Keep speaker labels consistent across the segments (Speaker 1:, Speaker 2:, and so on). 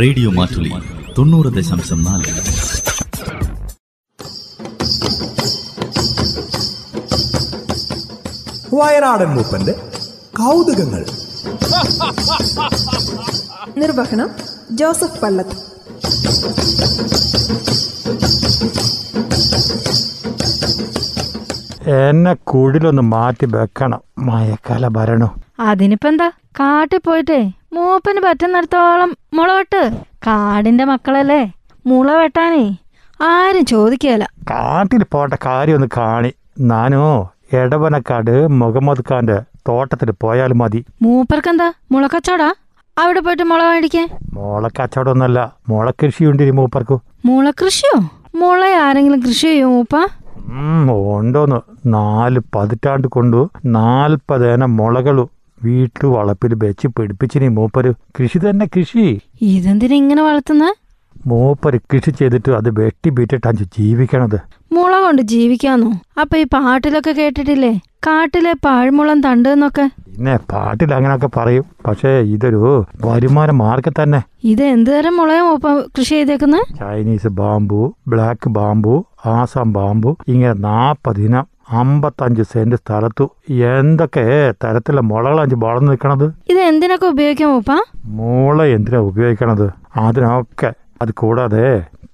Speaker 1: radio Mattoli ತೊನ್ನೂರು ದಶಾಂಶ ನಾಲ್ಕು
Speaker 2: വയനാടൻ മൂപ്പന്റെ കൗതുകങ്ങൾ
Speaker 3: നിർവഹണം ജോസഫ് പള്ളത്ത്
Speaker 4: എന്നെ കുഴിലൊന്ന് മാറ്റി വെക്കണം മഴക്കാല ഭരണു
Speaker 5: അതിനിപ്പെന്താ കാട്ടിൽ പോയിട്ടേ മൂപ്പന് പറ്റുന്നിടത്തോളം മുള വെട്ട് കാടിന്റെ മക്കളല്ലേ മുള വെട്ടാനേ ആരും ചോദിക്കുകയില്ല
Speaker 4: കാട്ടിൽ പോട്ട കാര്യം ഒന്ന് കാണി നാനോ എടവനക്കാട് മുഹമ്മദ് ഖാന്റെ തോട്ടത്തിൽ പോയാൽ മതി
Speaker 5: മൂപ്പർക്കെന്താ മുളക്കച്ചോടാ അവിടെ പോയിട്ട് മുള മേടിക്കേ
Speaker 4: മുളക്കച്ചവടമൊന്നുമല്ല മുളക്കൃഷിയുണ്ട് ഇനി മൂപ്പർക്ക്
Speaker 5: മുളകൃഷിയോ മുള ആരെങ്കിലും കൃഷി ചെയ്യോ മൂപ്പ
Speaker 4: ഉം, ഉണ്ടോന്ന് നാല് പതിറ്റാണ്ട് കൊണ്ട് നാൽപ്പതേനം മുളകളു വീട്ടു വളപ്പിൽ വെച്ച് പിടിപ്പിച്ചിനി മൂപ്പര് കൃഷി തന്നെ കൃഷി
Speaker 5: ഇതെന്തിനാ ഇങ്ങനെ വളർത്തുന്ന
Speaker 4: മൂപ്പര് കൃഷി ചെയ്തിട്ട് അത് വെട്ടി ബീറ്റിട്ടാണ് ജീവിക്കണത്
Speaker 5: മുള കൊണ്ട് ജീവിക്കാന്നോ അപ്പൊ ഈ പാട്ടിലൊക്കെ കേട്ടിട്ടില്ലേ കാട്ടിലെ പാഴ്മുളം തണ്ട് എന്നൊക്കെ
Speaker 4: പിന്നെ പാട്ടിൽ അങ്ങനെയൊക്കെ പറയും പക്ഷേ ഇതൊരു വരുമാന മാർഗം തന്നെ
Speaker 5: ഇത് എന്ത് തരം മുളയാ മൂപ്പ കൃഷി ചെയ്തേക്കുന്നത്
Speaker 4: Chinese bamboo black bamboo Assam bamboo ഇങ്ങനെ നാൽപ്പതിനം അമ്പത്തഞ്ച് സെന്റ് സ്ഥലത്തു എന്തൊക്കെ തരത്തിലുള്ള മുളകളഞ്ച് വളർന്നു നിൽക്കണത്
Speaker 5: ഇത് എന്തിനൊക്കെ ഉപയോഗിക്കാം മൂപ്പ
Speaker 4: മുള എന്തിനാ ഉപയോഗിക്കണത് അതിനൊക്കെ അത് കൂടാതെ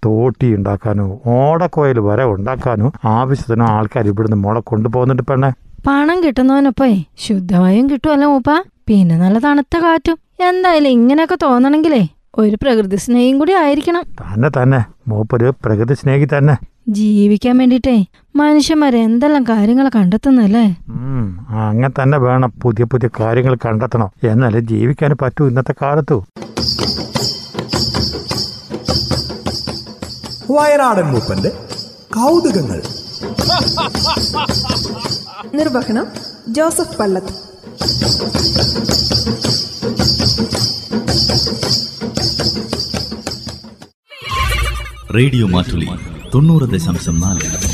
Speaker 4: തോട്ടി ഉണ്ടാക്കാനോ ഓടക്കോയിൽ വരെ ഉണ്ടാക്കാനോ ആവശ്യത്തിന് ആൾക്കാർ ഇവിടുന്ന് മുള കൊണ്ടുപോകുന്നുണ്ട് പെണ്ണെ
Speaker 5: പണം കിട്ടുന്നവനൊപ്പേ ശുദ്ധമായും കിട്ടുമല്ലോ മൂപ്പ പിന്നെ നല്ല തണുത്ത കാറ്റും എന്തായാലും ഇങ്ങനെയൊക്കെ തോന്നണെങ്കിലേ ഒരു പ്രകൃതി സ്നേഹം കൂടി ആയിരിക്കണം
Speaker 4: തന്നെ തന്നെ മൂപ്പര് പ്രകൃതി സ്നേഹി തന്നെ
Speaker 5: ജീവിക്കാൻ വേണ്ടിട്ടേ മനുഷ്യന്മാർ എന്തെല്ലാം കാര്യങ്ങൾ കണ്ടെത്തുന്നല്ലേ
Speaker 4: ഉം, അങ്ങനെ തന്നെ വേണം പുതിയ പുതിയ കാര്യങ്ങൾ കണ്ടെത്തണം എന്നാലേ ജീവിക്കാൻ പറ്റൂ ഇന്നത്തെ കാലത്തു
Speaker 2: വയനാടൻ മൂപ്പന്റെ കൗതുകങ്ങൾ
Speaker 3: നിർവഹണം ജോസഫ് പള്ളത്ത്
Speaker 1: ರೇಡಿಯೋ ಮಾಟುಲಿ ತೊನ್ನೂರು ದಶಾಂಶ ನಾಲ್ಕು